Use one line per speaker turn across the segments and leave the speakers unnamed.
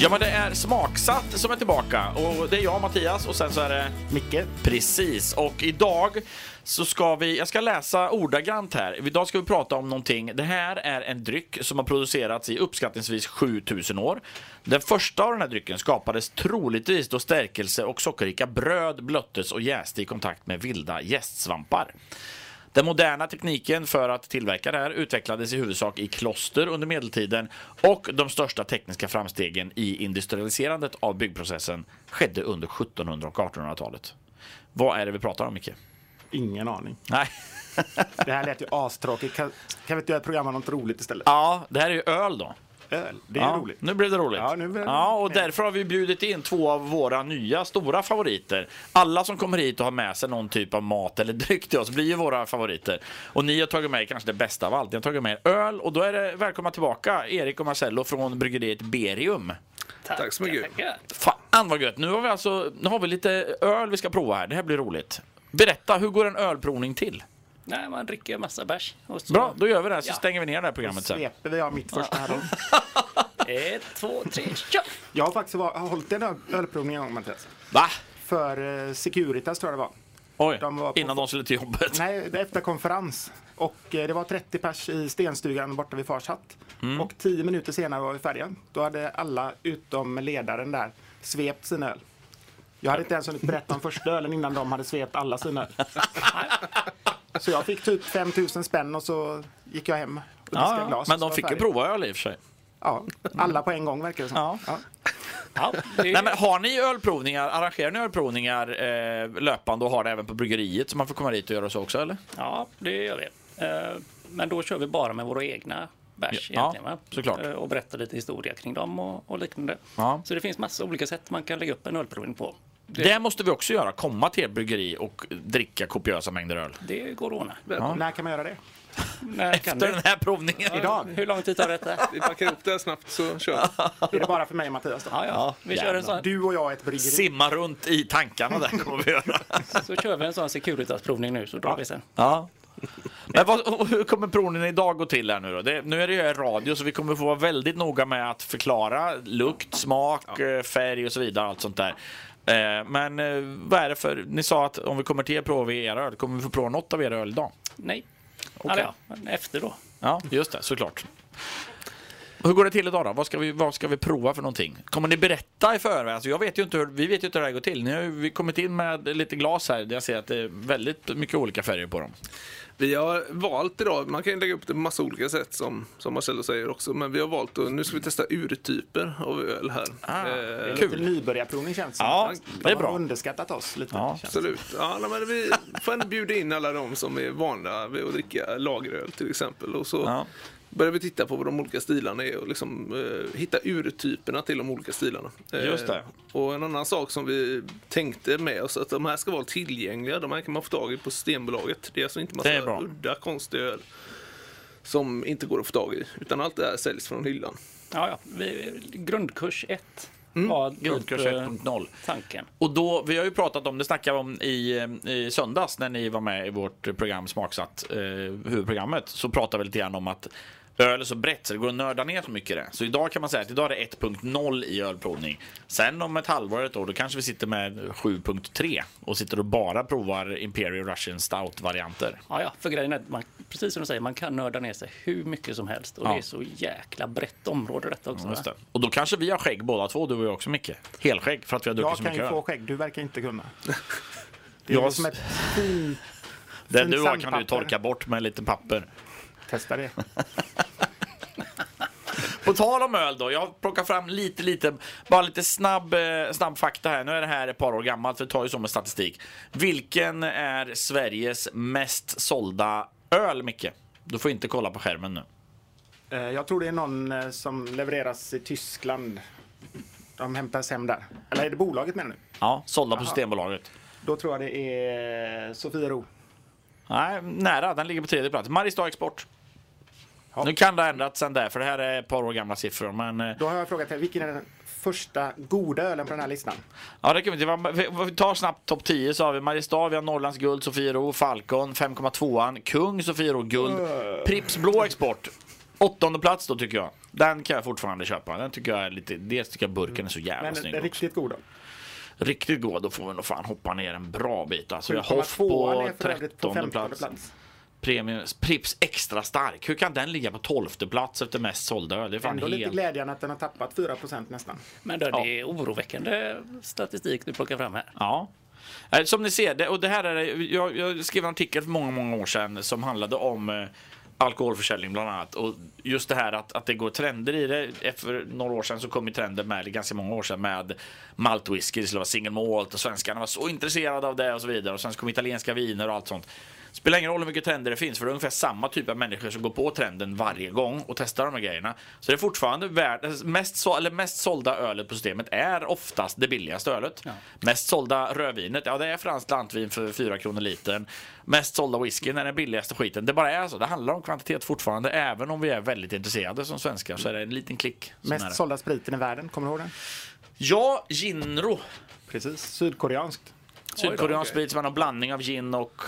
Ja, men det är Smaksatt som är tillbaka. Och det är jag, Mattias, och sen så är det...
Micke?
Precis. Och idag så ska vi... Jag ska läsa ordagrant här. Idag ska vi prata om någonting. Det här är en dryck som har producerats i uppskattningsvis 7000 år. Den första av den här drycken skapades troligtvis då stärkelse och sockerrika bröd blöttes och jäste i kontakt med vilda jästsvampar. Den moderna tekniken för att tillverka det här utvecklades i huvudsak i kloster under medeltiden och de största tekniska framstegen i industrialiserandet av byggprocessen skedde under 1700 och 1800-talet. Vad är det vi pratar om, Micke?
Ingen aning.
Nej.
Det här lät ju astråkigt. Kan, kan vi inte göra ett program om något roligt istället?
Ja, det här är ju öl då.
Öl, det är ju
ja,
roligt.
Nu blev det roligt.
Ja, nu blev det
ja, och
roligt.
därför har vi bjudit in två av våra nya stora favoriter. Alla som kommer hit och har med sig någon typ av mat eller dryck till oss blir ju våra favoriter. Och ni har tagit med er kanske det bästa av allt. Ni har tagit med er öl och då är det välkomna tillbaka Erik och Marcello från bryggeriet Berium.
Tack så mycket.
Fan vad gött! Nu har vi alltså, nu har vi lite öl vi ska prova här. Det här blir roligt. Berätta, hur går en ölprovning till?
Nej, man dricker en massa bärs. och så-
Bra, då gör vi det här så
Ja.
stänger vi ner det här programmet sen.
Sveper vi av mitt första här då.
Ett, två, tre, kör!
Jag har faktiskt var, har hållit en öl- ölprovning en gång Mattias.
Va?
För eh, Securitas tror jag det var.
Oj,
De var på-
innan de skulle till jobbet.
Nej, det är efter konferens. Och eh, det var 30 pers i stenstugan borta vid Fars hatt.
Mm.
Och 10 minuter senare var vi färdiga. Då hade alla utom ledaren där svept sin öl. Jag hade inte ens hunnit berätta om första ölen innan de hade svept alla sina öl. Så jag fick typ 5000 spänn och så gick jag hem och diskade
Ja, ja.
glas.
Men
Så
de
var
fick ju
färdig.
prova öl i och för sig.
Ja, alla på en gång verkar det som.
Ja.
Ja.
Ja, det
Nej, men har ni ölprovningar, arrangerar ni ölprovningar eh, löpande och har det även på bryggeriet så man får komma dit och göra så också eller?
ja, det gör vi. Eh, Men då kör vi bara med våra egna bärs
Ja,
egentligen. Va?
såklart.
Eh, Och berättar lite historia kring dem och, och liknande.
Ja.
Så det finns massa olika sätt man kan lägga upp en ölprovning på.
Det, måste vi också göra, komma till er bryggeri och dricka kopiösa mängder öl.
Det går att ordna.
När kan man göra det?
När kan
Efter den
du?
här provningen.
Idag?
Hur lång tid tar detta?
Vi packar ihop det här snabbt så kör vi.
Är det bara för mig och Mattias då?
Ja, ja. Vi kör en sån,
Du och jag är ett bryggeri.
Simma runt i tankarna där kommer vi göra.
så kör vi en sån Securitas-provning nu, så drar vi sen.
Ja. Men vad, och hur kommer provningen idag gå till här nu då? Det, nu är det ju radio så vi kommer få vara väldigt noga med att förklara lukt, smak, eh, färg och så vidare. Allt sånt där. Eh, Men eh, vad är det för, ni sa att om vi kommer till er prova i era öl, kommer vi få prova något av era öl idag?
Nej. Eller ja, efter då.
Ja, just det, såklart. Hur går det till idag då? Vad ska vi, vad ska vi prova för någonting? Kommer ni berätta i förväg? Alltså jag vet ju inte hur, vi vet ju inte hur det här går till. Ni har ju vi har kommit in med lite glas här där jag ser att det är väldigt mycket olika färger på dem.
Vi har valt idag, man kan ju lägga upp det på massa olika sätt som, som Marcello säger också, men vi har valt att nu ska vi testa urtyper av öl här.
Det är
Eh,
lite
Kul.
nybörjarprovning känns det som.
Ja, det är
De har
bra.
underskattat oss lite.
Ja.
känns det.
Absolut. Ja, nej, men vi får ändå bjuda in alla de som är vana vid att dricka lageröl till exempel. Och så
Ja.
börjar vi titta på vad de olika stilarna är och liksom, eh, hitta urtyperna till de olika stilarna. Eh,
Just det.
Och en annan sak som vi tänkte med oss att de här ska vara tillgängliga. De här kan man få tag i på Systembolaget. Det är alltså inte
Det är bra.
massa udda konstiga öl som inte går att få tag i. Utan allt det här säljs från hyllan.
Ja, ja. Vi, grundkurs 1 var typ,
Mm. Grundkurs
eh,
1.0.
tanken.
Och då, vi har ju pratat om, det snackade vi om i, eh, i söndags när ni var med i vårt program Smaksatt, eh, huvudprogrammet, så pratade vi lite grann om att öl är så brett så det går att nörda ner så mycket i det. Så idag kan man säga att idag är det 1.0 i ölprovning. Sen om ett halvår, ett år, då kanske vi sitter med 7.3 och sitter och bara provar Imperial Russian Stout-varianter.
Ja, ja, för grejen är att man, precis som du säger, man kan nörda ner sig hur mycket som helst. Och
Ja.
det är så jäkla brett område detta också.
Just
va?
det. Och då kanske vi har skägg båda två, du och jag också Micke. Helskägg, för att vi har druckit
Jag
så
kan
mycket
ju få
öl.
skägg, du verkar inte kunna. Det är
Jag-
jag... som ett fint...
Det du har kan du
sandpapper.
torka bort med lite papper.
Testa det.
På tal om öl då, jag plockar fram lite, lite, bara lite snabb, eh, snabb fakta här. Nu är det här ett par år gammalt, för det tar ju så med statistik. Vilken är Sveriges mest sålda öl, Micke? Du får inte kolla på skärmen nu.
Eh, Jag tror det är någon eh, som levereras i Tyskland. De hämtas hem där. Eller är det bolaget menar du?
Ja, sålda på Systembolaget.
Då tror jag det är eh, Sofiero.
Nej, nära. Den ligger på tredje plats. Mariestad Export. Nu kan det ha ändrats sen där, för det här är ett par år gamla siffror. Men eh,
Då har jag frågat dig, vilken är den första goda ölen på den här listan?
Ja, det kan vi inte. Vi- vi- Vi tar snabbt topp 10 så har vi Mariestad, vi har Norrlands guld,
Äh.
Sofiero, Falcon, 5,2an, Kung, Sofiero, guld, Pripps blå export. Åttonde plats då tycker jag. Den kan jag fortfarande köpa. Den tycker jag är lite, dels tycker jag burken är så jävla
Men
snygg
en
också.
riktigt god öl.
Riktigt god, då får vi nog fan hoppa ner en bra bit. Alltså, jag
7,2
Hoff på
är för övrigt på
13
15
plats.
plats.
plats. Premium, Prips extra stark. Hur kan den ligga på 12 plats efter mest sålda öl? Det är fan
Ändå lite
helt...
glädjande att den har tappat 4 nästan.
Men då, det är oroväckande statistik du plockar fram här.
Ja. Eh, Som ni ser, det, och det här är, jag, jag skrev en artikel för många, många år sedan som handlade om eh, alkoholförsäljning bland annat. Och just det här att, att det går trender i det. Efter några år sedan så kom ju trenden med, eller ganska många år sedan, med maltwhisky, det skulle vara single malt och svenskarna var så intresserade av det och så vidare. Och sen så kom italienska viner och allt sånt. Spelar ingen roll hur mycket trender det finns för det är ungefär samma typ av människor som går på trenden varje gång och testar de här grejerna. Så det är fortfarande världens mest, så, eller mest sålda ölet på systemet är oftast det billigaste ölet. Mest sålda rödvinet, ja det är franskt lantvin för 4 kronor litern. Mest sålda whiskyn är den billigaste skiten. Det bara är så. Det handlar om kvantitet fortfarande. Även om vi är väldigt intresserade som svenskar så är det en liten klick. som är det.
Mest sålda spriten i världen, kommer du ihåg den?
Ja, Ginro.
Precis, sydkoreanskt.
Sydkoreansk
okej.
sprit som är någon blandning av gin och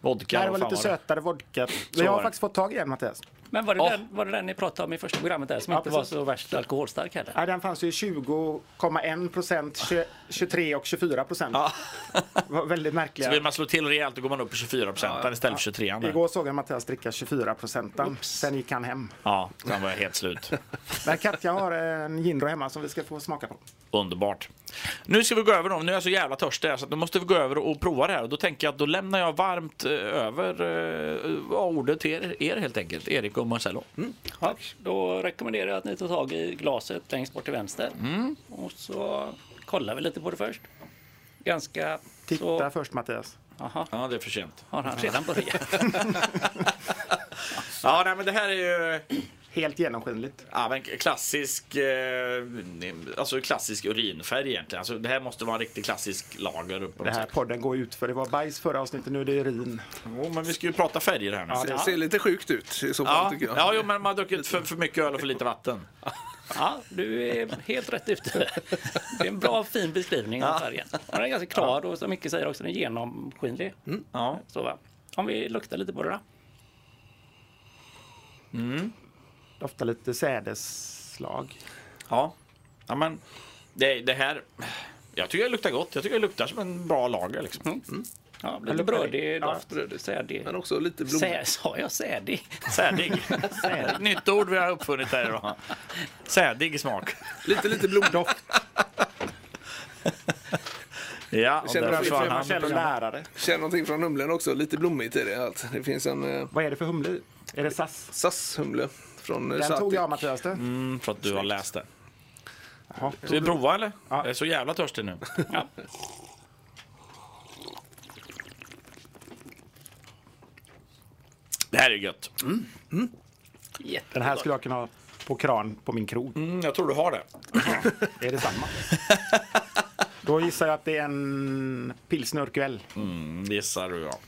vodka.
Det här
vad
var
fan
lite
det?
sötare vodka.
var
Men jag har
det.
faktiskt fått tag i en Mattias.
Men var det,
Ja.
den, var det den ni pratade om i första programmet där som
Ja,
inte var
precis.
så värst alkoholstark heller?
Nej, den fanns ju i 20,1 procent, 23 och 24 procent.
Ja.
Var väldigt
Så vill
märkliga.
man slå till rejält då går man upp på 24 procent istället för 23 där.
Igår såg jag Mattias dricka 24 procenten. Sen gick han hem.
Ja, sen var jag helt slut.
Men Katja har en Gindro hemma som vi ska få smaka på.
Underbart. Nu ska vi gå över då. Nu är jag så jävla törstig här, så att nu måste vi gå över och prova det här. Och då tänker jag att då lämnar jag varmt eh, över eh, ordet till er, er helt enkelt. Erik och Marcello.
Mm.
Ja, då rekommenderar jag att ni tar tag i glaset längst bort till vänster.
Mm.
Och så kollar vi lite på det först. Ganska...
Titta
Så,
först Mattias.
aha,
Ja, det är för sent.
har han redan börjat?
Ja, nej, men det här är ju
Helt genomskinligt.
ja, men klassisk, eh, alltså klassisk urinfärg egentligen. Alltså, det här måste vara en riktig klassisk lager. På
Det
något
här
sätt.
podden går ut för. Det var bajs förra avsnittet, nu är det urin.
Jo, men vi ska ju prata färger här nu.
Det ser lite sjukt ut i så fall
Ja,
tycker jag.
ja jo, men man har druckit för, för mycket öl och för lite vatten.
Ja, du är helt rätt ute. Det är en bra fin beskrivning av färgen. Den är ganska klar och som Micke säger också, den är genomskinlig.
Mm.
Ja.
Så, va? Om vi luktar lite på det då.
Doftar lite sädesslag.
Ja. ja men det, det här... Jag tycker det luktar gott. Jag tycker det luktar som en bra lager. Liksom.
Ja, lite
luktar det?
brödig
Ja.
doft, sädig.
Men också lite blom.
Sä, sa jag sädig?
Sädig. Ett nytt ord vi har uppfunnit här idag. Sädig smak.
Lite, lite blomdoft.
Ja, och
känner
där
att vi
försvann
får
han.
Marcello lärare.
Känner någonting från humlen också. Lite blommigt är det allt. Det finns en eh,
Vad är det för humle i? Är det SAS?
SAS-humle från eh,
Den
Sati.
tog jag Mattias du.
Mm, För att du har läst det.
Jaha.
Ska vi prova eller?
Ja.
Jag är så jävla törstig nu.
Ja.
Det här är ju gött.
Den här skulle jag kunna ha på kran på min krog.
Mm, jag tror du har det.
Är det samma? Då gissar jag att det är en pilsnerkväll.
Mm, gissar du ja.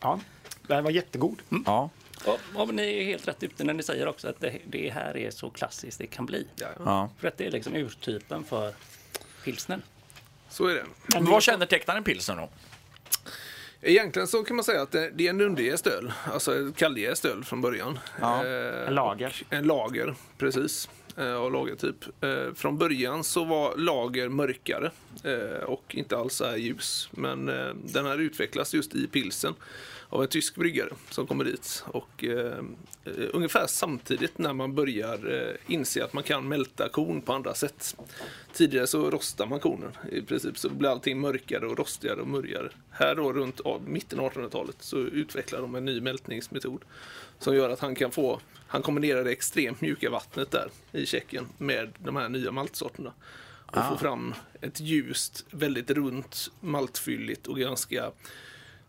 Ja, Mm. den var jättegod.
Ja.
Ja, ja, men ni är helt rätt ute när ni säger också att det, det här är så klassiskt det kan bli.
ja.
För att det är liksom urtypen för pilsner.
Så är det.
Men vad kännetecknar en pilsner då?
Egentligen så kan man säga att det det är en underjäst öl. Alltså ett kalljäst öl från början.
Ja.
Eh,
En lager.
En lager, precis. Eh, Av lagertyp. Eh, Från början så var lager mörkare eh, och inte alls så här ljus. Men eh, den här utvecklas just i pilsen av en tysk bryggare som kommer dit. Och eh, eh, ungefär samtidigt när man börjar eh, inse att man kan mälta korn på andra sätt. Tidigare så rostar man kornen i princip så blir allting mörkare och rostigare och mörjare. Här då runt av- mitten av 1800-talet så utvecklar de en ny mältningsmetod som gör att han kan få, han kombinerar det extremt mjuka vattnet där i Tjeckien med de här nya maltsorterna och får fram ett ljust, väldigt runt, maltfylligt och ganska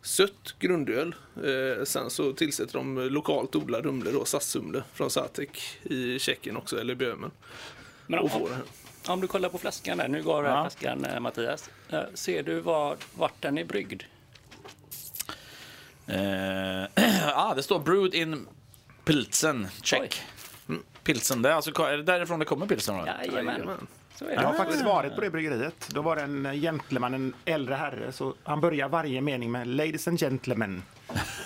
sött grundöl. Eh, sen så tillsätter de lokalt odlad humle då, sassumle från Satek i Tjeckien också, eller Böhmen.
Men
Och får
om,
det här.
om du kollar på flaskan där, nu går den här flaskan eh, Mattias. Eh, Ser du var, vart den är bryggd?
Eh, ah, det står brewed in Pilsen, check. Pilsen, det är, alltså, är det därifrån det kommer pilsen? Då?
Jajamän.
Jajamän.
Så är
Jag har
det.
faktiskt varit på det bryggeriet. Då var det en gentleman, en äldre herre. Så han börjar varje mening med Ladies and gentlemen.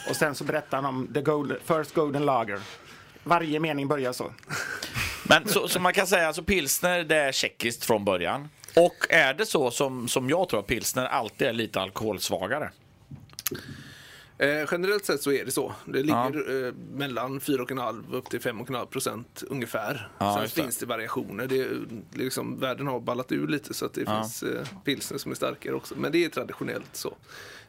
Och sen så berättar han om the gold, first golden lager. Varje mening börjar så.
Men så, så man kan säga, alltså pilsner det är tjeckiskt från början. Och är det så som, som jag tror att pilsner alltid är lite alkoholsvagare?
Eh, generellt sett så är det så. Det
Ja.
ligger eh, mellan 4,5 upp till 5,5 procent ungefär.
Ja,
Sen
just det.
finns det variationer. Det är, liksom, världen har ballat ur lite så att det
Ja.
finns eh, pilsner som är starkare också. Men det är traditionellt så.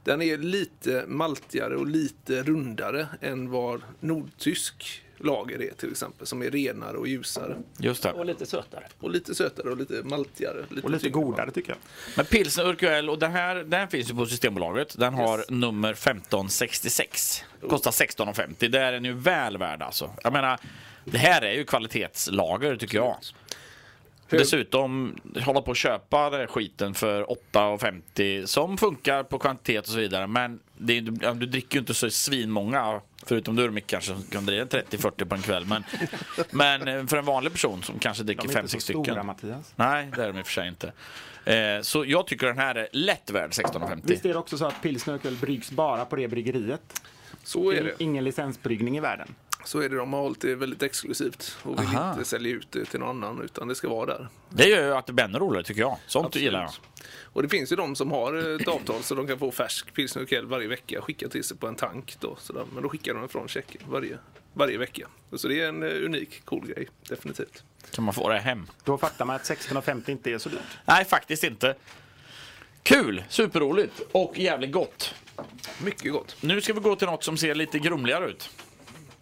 Den är lite maltigare och lite rundare än vad nordtysk lager är till exempel. Som är renare och ljusare.
Just
Och lite sötare.
Och lite sötare och lite maltigare.
Och lite
tyngre.
godare tycker jag.
Men pilsner Urquell, och den här den finns ju på Systembolaget. Den har nummer 1566. Kostar 16,50. Det är den ju väl värd alltså. Jag menar, det här är ju kvalitetslager tycker jag. Dessutom hålla på och köpa den här skiten för 8,50 som funkar på kvantitet och så vidare. Men det är, du, du dricker ju inte så svinmånga, förutom du Urmik kanske som kan dricka 30-40 på en kväll. Men, men eh, för en vanlig person som kanske dricker
De är inte
5-6
så
stycken.
stora Mattias.
Nej, det är de i och för sig inte. Eh, så jag tycker den här är lätt värd 16,50.
Visst är det också så att pilsner och öl bryggs bara på det bryggeriet?
Så
Det
är
är
det.
ingen licensbryggning i världen.
Så är det, de har hållit det väldigt exklusivt och vill
Aha.
inte sälja ut det till någon annan utan det ska vara där.
Det gör ju att det blir ännu roligare tycker jag. Sånt gillar jag.
Och det finns ju de som har eh, ett avtal så de kan få färsk pilsner och öl varje vecka skickat till sig på en tank då. Sådär. Men då skickar de den från Tjeckien varje, varje vecka. Så det är en eh, unik, cool grej, definitivt.
Kan man få det hem?
Då fattar man att 16,50 inte är så dyrt.
Nej, faktiskt inte. Kul, superroligt och jävligt gott.
Mycket gott.
Nu ska vi gå till något som ser lite grumligare ut.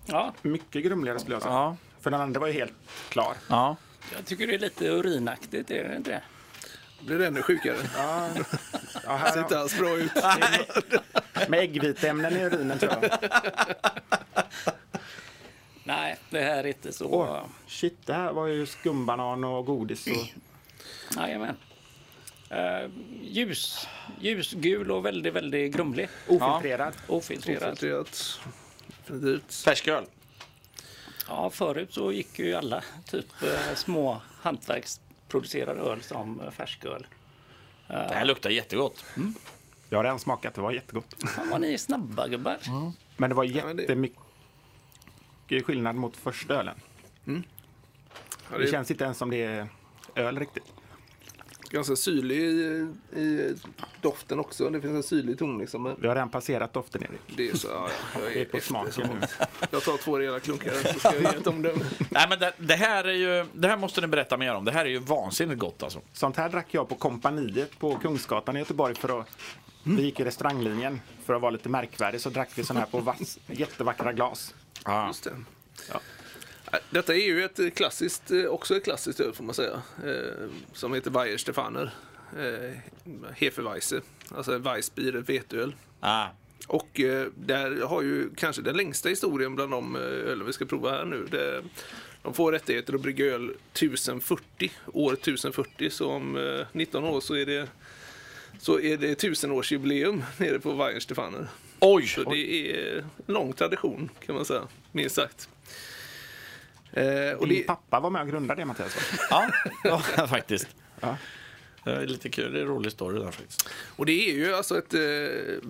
Ja,
Mycket grumligare skulle jag säga. För den andra var ju helt klar.
ja.
jag tycker det är lite urinaktigt, är det inte det?
Blir det ännu sjukare?
Ja,
Det ser Alltså, inte
här,
alls bra ut.
med äggviteämnen i urinen tror jag.
Nej, det här är inte så...
Åh, shit, det här var ju skumbanan och godis. Och...
Jajamän. Eh, ljus, ljusgul och väldigt, väldigt grumlig.
Ofiltrerad.
Ofiltrerad.
Ofiltrerat. Definitivt.
Färsköl.
Ja, förut så gick ju alla typ eh, små hantverksproducerade öl som eh, färsköl.
Det här luktar jättegott.
Jag har redan smakat, det var jättegott.
Fan vad ni är snabba gubbar.
Men det var
men det-
jättemycket skillnad mot första ölen.
Ja,
Det
det är
känns inte ens som det är öl riktigt.
ganska syrlig i, i doften också. Det finns en syrlig ton liksom. Men
Vi har redan passerat doften, Erik.
det är så, ja, ja, jag
Det är
är
på smaken nu.
Jag tar två rejäla klunkar så ska jag ge ett omdöme.
Nej, men det, det här är ju, det här måste ni berätta mer om. Det här är ju vansinnigt gott alltså.
Sånt här drack jag på kompaniet på Kungsgatan i Göteborg för att
Mm.
vi gick i restauranglinjen för att vara lite märkvärdig så drack vi sån här på vass, jättevackra glas.
Just det. Ja. Detta är ju ett klassiskt, eh, också ett klassiskt öl får man säga, eh, som heter Bayer Stefaner. Eh, Hefeweiße, alltså Weissbier, ett veteöl.
Ah.
Och eh, där har ju kanske den längsta historien bland de eh, ölen vi ska prova här nu. Det, de får rättigheter att brygga öl 1040, år 1040. Så om eh, 19 år så är det så är det 1000-årsjubileum nere på Weyer Stefaner.
Oj!
Så det är en lång tradition kan man säga, minst sagt. Eh, och
Din
det,
pappa var med och grundade det, Mattias. va?
Ja, ja faktiskt.
Ja.
Det är lite kul. Det är en rolig story där faktiskt.
och det är ju alltså ett... Eh,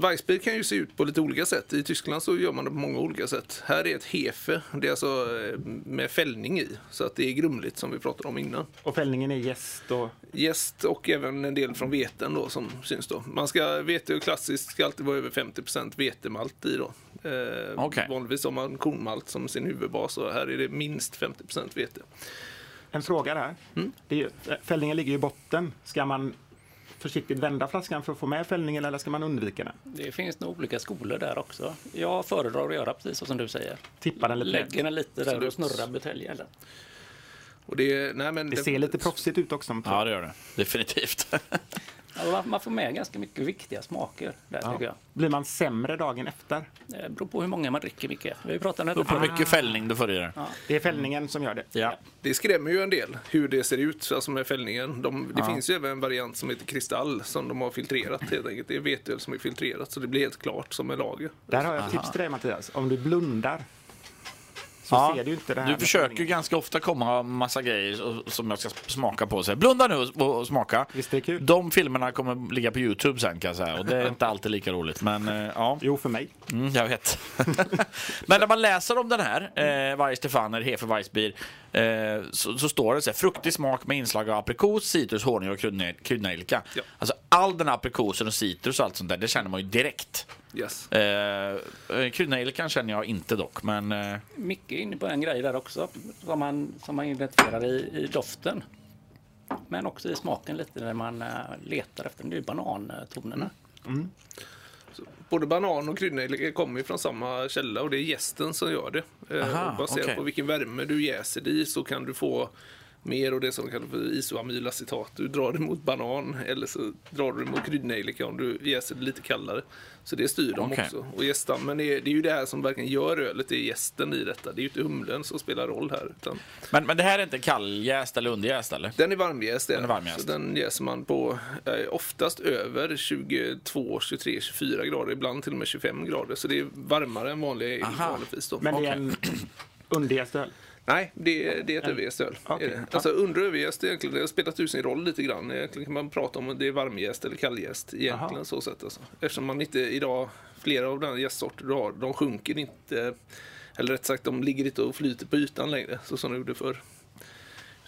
Weissbier kan ju se ut på lite olika sätt. I Tyskland så gör man det på många olika sätt. Här är ett hefe, det är alltså eh, med fällning i. Så att det är grumligt som vi pratade om innan.
Och fällningen är gäst och
Gäst och även en del från veten då som syns då. Man ska, vete och klassiskt ska alltid vara över 50% vetemalt i då. Eh,
Okej.
Vanligtvis har man kornmalt som sin huvudbas och här är det minst 50% vete.
en fråga där.
Mm.
Det är ju, eh, fällningen ligger ju i botten. Ska man försiktigt vända flaskan för att få med fällningen eller ska man undvika den?
Det finns nog olika skolor där också. Jag föredrar att göra precis så som du säger.
Tippa den lite.
Lägger den lite där och
Absolut.
snurrar buteljen.
Och det, nej men
Det ser lite proffsigt ut också.
Ja, det gör det. Definitivt.
Alltså, man får med ganska mycket viktiga smaker där tycker jag.
Blir man sämre dagen efter?
Det Eh, beror på hur många man dricker, Micke. Vi pratade
Beror
om det. Ah.
på
Ah.
mycket fällning du får i dig.
Det är fällningen som gör det.
Ja.
Det skrämmer ju en del hur det ser ut, alltså med fällningen. De, det finns ju även en variant som heter kristall som de har filtrerat helt enkelt. Det är veteöl som är filtrerat så det blir helt klart som en lager.
Där har jag ett tips till dig Mattias. Om du blundar så
Ja,
ser du ju inte det här.
Du
med
försöker ju
tidningen.
ganska ofta komma med massa grejer och- som jag ska smaka på. Så här, blunda nu och och smaka.
Visst är det kul?
De filmerna kommer ligga på Youtube sen kan jag säga och det är inte alltid lika roligt. Men eh, ja,
Jo, för mig.
mm, jag vet. men när man läser om den här, eh, Weiss Stefaner, Hefeweißbier, eh, så, så står det så här, fruktig smak med inslag av aprikos, citrus, honung och kryddne- kryddnejlika.
Ja.
Alltså all den här aprikosen och citrus och allt sånt där, det känner man ju direkt.
Yes.
Eh, eh, kryddnejlikan känner jag inte dock, men eh,
Micke är inne på en grej där också som man, som man identifierar i, i doften. Men också i smaken lite när man eh, letar efter den. Det är ju banantonerna.
Både banan och kryddnejlika kommer ju från samma källa och det är jästen som gör det. Eh,
Aha,
och baserat
okej.
på vilken värme du jäser det i så kan du få mer och det som kallas för isoamylacetat. Du drar det mot banan eller så drar du det mot kryddnejlika om du jäser det lite kallare. Så det styr de
Okej.
också. Och jäststammen, är, det är ju det här som verkligen gör ölet, det är jästen i detta. Det är ju inte humlen som spelar roll här. Utan
Men, men det här är inte kalljäst eller underjäst eller?
Den är varmjäst. Den,
är varmjäst.
Så den jäser man på eh, oftast över 22, 23, 24 grader. Ibland till och med 25 grader. Så det är varmare än vanlig
Aha.
vanligtvis. Då.
Men det är en underjäst öl.
Nej, det, är- det är ett överjäst öl.
Okej.
Är det. Alltså under och överjäst, är egentligen, det har spelat ut sin roll lite grann. Egentligen kan man prata om om det är varmjäst eller kalljäst egentligen.
Aha.
Så sätt, alltså. Eftersom man inte idag, flera av de jästsorter du har, de sjunker inte. Eller rätt sagt, de ligger inte och flyter på ytan längre, så som de gjorde förr.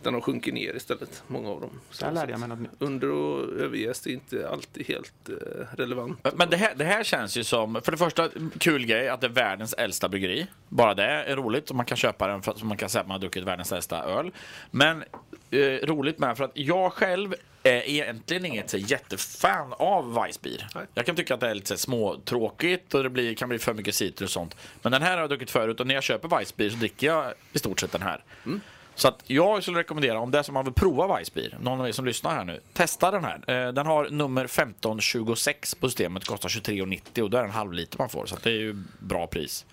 Utan de sjunker ner istället, många av dem. Så
Där
sätt.
lärde jag mig något nytt.
Under och överjäst är inte alltid helt eh, relevant.
Men det här, det här känns ju som, för det första, kul grej att det är världens äldsta bryggeri. Bara det är roligt, och man kan köpa den för att så man kan säga att man har druckit världens äldsta öl. Men eh, roligt med för att jag själv är egentligen inget så jättefan av Weissbier.
Nej.
Jag kan tycka att det är lite så här småtråkigt och det blir, kan bli för mycket citrus och sånt. Men den här har jag druckit förut och när jag köper Weissbier så dricker jag i stort sett den här. Så att jag skulle rekommendera, om det är som man vill prova Weissbier, någon av er som lyssnar här nu, testa den här. Eh, Den har nummer 1526 på systemet, kostar 23,90 och det är en halv liter man får, så att det är ju bra pris.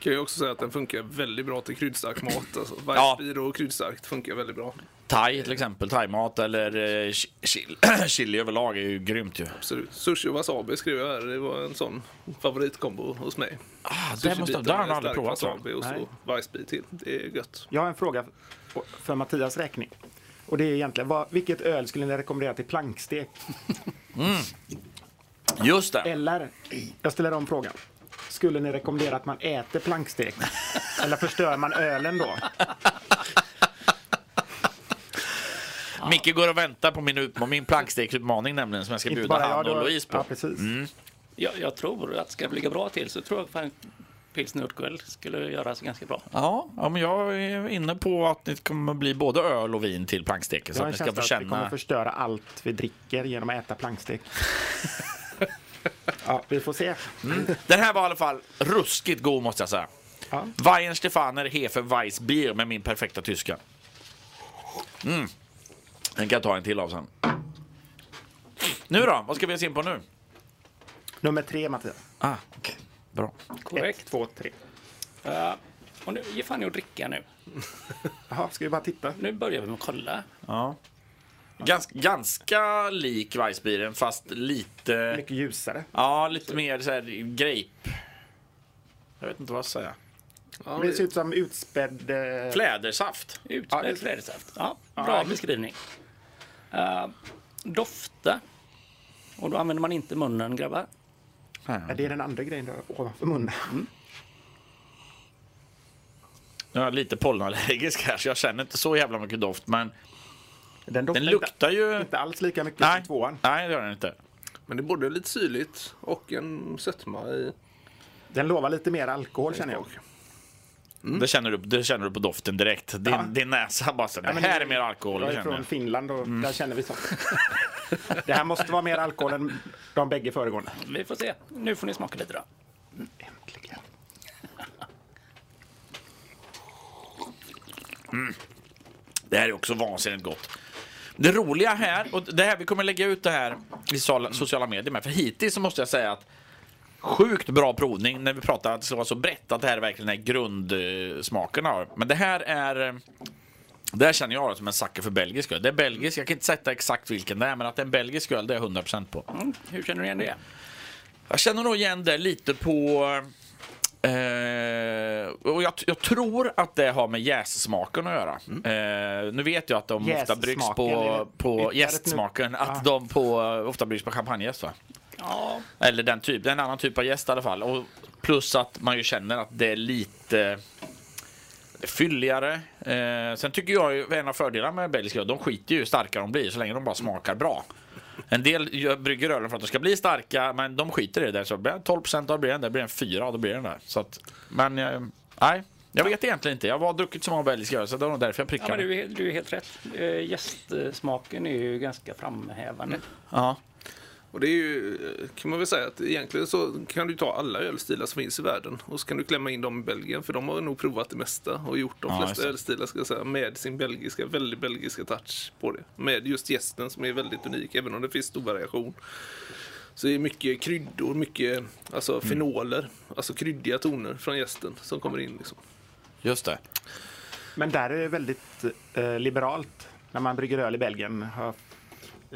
Kan jag också säga att den funkar väldigt bra till kryddstark mat. Alltså.
Ja.
Weissbier och kryddstarkt funkar väldigt bra.
Thai till exempel, thaimat eller eh, chi- chili, chili överlag är ju grymt ju.
Absolut. Sushi och wasabi skrev jag här. Det var en sån favoritkombo hos mig.
Ah, det
Sushi
måste,
bitar
det har
med
jag aldrig
stark
provat. tror jag.
Wasabi och så weissbier till. Det är gött.
Jag har en fråga för Mattias räkning. Och det är egentligen, vad, vilket öl skulle ni rekommendera till plankstek?
Just det!
Eller, jag ställer om frågan. Skulle ni rekommendera att man äter plankstek? Eller förstör man ölen då?
Micke går och väntar på min, ut- på min plankstekutmaning nämligen som jag ska bjuda han och Louise på. Mm,
Ja, precis.
Jag, jag tror att ska det ligga bra till så tror jag fan pilsner Urquell skulle göra sig ganska bra.
Ja, ja, men jag är inne på att det kommer bli både öl och vin till planksteken.
Jag
Så
har
att
en
ni ska
känsla
få
att vi kommer
känna...
förstöra allt vi dricker genom att äta plankstek. ja, vi får se.
Den här var i alla fall ruskigt god måste jag säga.
Ja.
Weihen Stefaner Hefe Weissbier med min perfekta tyska. Mm. Den kan jag ta en till av sen. Nu då, vad ska vi se in på nu?
Nummer tre, Mattias.
Ah, okej. Bra.
Korrekt.
Ett, två, tre.
Eh, och nu, ge fan i att dricka nu.
Jaha, ska vi bara titta?
Nu börjar vi med att kolla.
Ja. Gans, ganska lik Weissbieren fast lite...
Mycket ljusare.
Ja, lite mer så här grape. Jag vet inte vad jag ska säga.
Ja,
Det ser
det,
ut som utspädd... eh,
Flädersaft.
Ja, det-
Utspädd flädersaft. Ja, bra beskrivning. Eh, dofta. Och då använder man inte munnen, grabbar.
Ja, Det är den andra grejen där ovanför munnen.
Mm. Nu är jag lite pollenallergisk här så jag känner inte så jävla mycket doft men
Den, doftar
den
inte-
luktar ju...
inte alls lika mycket
Nej,
som tvåan.
nej det gör den inte.
men det är både lite syrligt och en sötma i
Den lovar lite mer alkohol känner jag.
smak.
Det, känner du, det känner du på doften direkt. Din,
Mm. Ja.
din näsa bara så, det
men
här
det-
är mer alkohol.
Jag
det
är
känner
från
jag. Mm.
Finland och där känner vi sånt. Det här måste vara mer alkohol än de bägge föregående.
Vi får se. Nu får ni smaka lite då.
Äntligen.
Det här är också vansinnigt gott. Det roliga här, och det här, vi kommer lägga ut det här i
Mm.
so- sociala medier med, för hittills så måste jag säga att Sjukt bra provning när vi pratar att det ska vara så brett att det här verkligen är grundsmaken av. Men det här är... eh, Det här känner jag som en sucker för belgisk öl. Det är belgisk, jag kan inte sätta exakt vilken det är, men att det är en belgisk öl, det är jag 100% på.
Mm, hur känner du igen det?
Jag känner nog igen det lite på Eh, och jag, jag tror att det har med jässmaken att göra. Eh, nu vet jag att de ofta
Mm. Jässmaken,
bryggs
eller
på, på
ytterligare ett
jästsmaken. Att de på, ofta bryggs på champagnejäst va?
Ja,
Eller den typ, det är en annan typ av gäst i alla fall. Och plus att man ju känner att det är lite fylligare. Eh, sen tycker jag ju en av fördelarna med belgisk öl, de skiter ju hur starka de blir så länge de bara smakar bra. En del gör- brygger ölen för att de ska bli starka, men de skiter i det. Där. Så blir det 12% av blir den där, blir den 4 då blir den där. Så att, men eh, nej, jag vet egentligen inte. Jag har druckit så många belgiska öl så det var nog därför jag
ja
prickade.
men du, är- du är helt rätt. Eh, Gästsmaken är ju ganska framhävande.
Mm. ja.
Och det är ju, eh, kan man väl säga att egentligen så kan du ta alla ölstilar som finns i världen och så kan du klämma in dem i Belgien för de har nog provat det mesta och gjort de
Ja, just
flesta
det.
ölstilar ska jag säga med sin belgiska, väldigt belgiska touch på det. Med just gästen som är väldigt unik även om det finns stor variation. Så det är mycket kryddor, mycket alltså
Mm.
fenoler, alltså kryddiga toner från gästen som kommer in liksom.
Just det.
Men där är det väldigt eh, liberalt när man brygger öl i Belgien. Har jag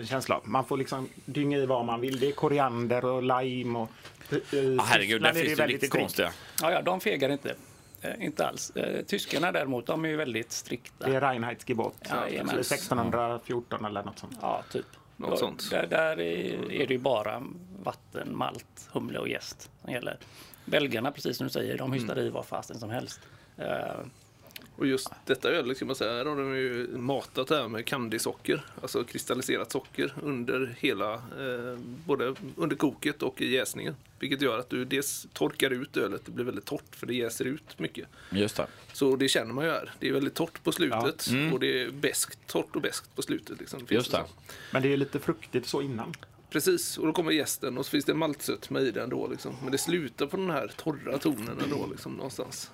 en känsla av. Man får liksom dynga i vad man vill. Det är koriander och lime och...
Ja, herregud, där
Tyskland är
finns det ju
väldigt
lite
strikt.
konstiga.
Ja, ja, de fegar inte. Eh, Inte alls. Eh, Tyskarna däremot, de är ju väldigt strikta.
Det är Reinheitsgebot.
Ja,
eller
jajamän.
1614 eller något sånt.
Ja, typ.
Något
Ja,
sånt.
Där, där är, är det ju bara vatten, malt, humle och jäst som gäller. Belgarna, precis som du säger, de hystar
Mm.
i vad fasen som helst. Eh,
Och just detta liksom, öl kan man säga, här har de ju matat det här med candysocker, alltså kristalliserat socker under hela, eh, både under koket och i jäsningen. Vilket gör att du dels torkar ut ölet, det blir väldigt torrt för det jäser ut mycket.
Just det.
Så det känner man ju här, det är väldigt torrt på slutet och det är beskt, torrt och beskt på slutet. Liksom, finns
Mm. Just det.
så.
Men det är ju lite fruktigt så innan.
Precis, och då kommer jästen och så finns det maltsötma i den då liksom. Men det slutar på den här torra tonen ändå liksom någonstans.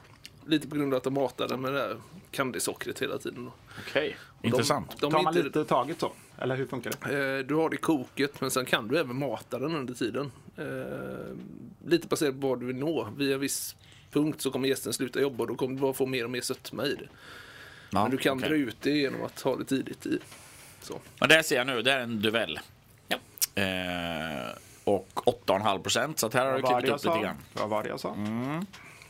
Lite på grund av att de matar den med det här candysockret hela tiden. Då.
Okej, intressant.
De, de
Tar
är
man
inte,
lite i taget så? Eller hur funkar det?
Eh, Du har det i koket men sen kan du även mata den under tiden. Eh, lite baserat på vad du vill nå. Vid en viss punkt så kommer gästen sluta jobba och då kommer du bara få mer och mer sötma i det.
Ja,
men du kan
okej.
dra ut det genom att ha det tidigt i. Så.
Men det här ser jag nu, det här är en duell.
Ja.
Eh, och 8,5 procent, så att här har du
Vad var det
klivit
jag
upp lite
sa?
grann. Mm.
Vad var det jag sa?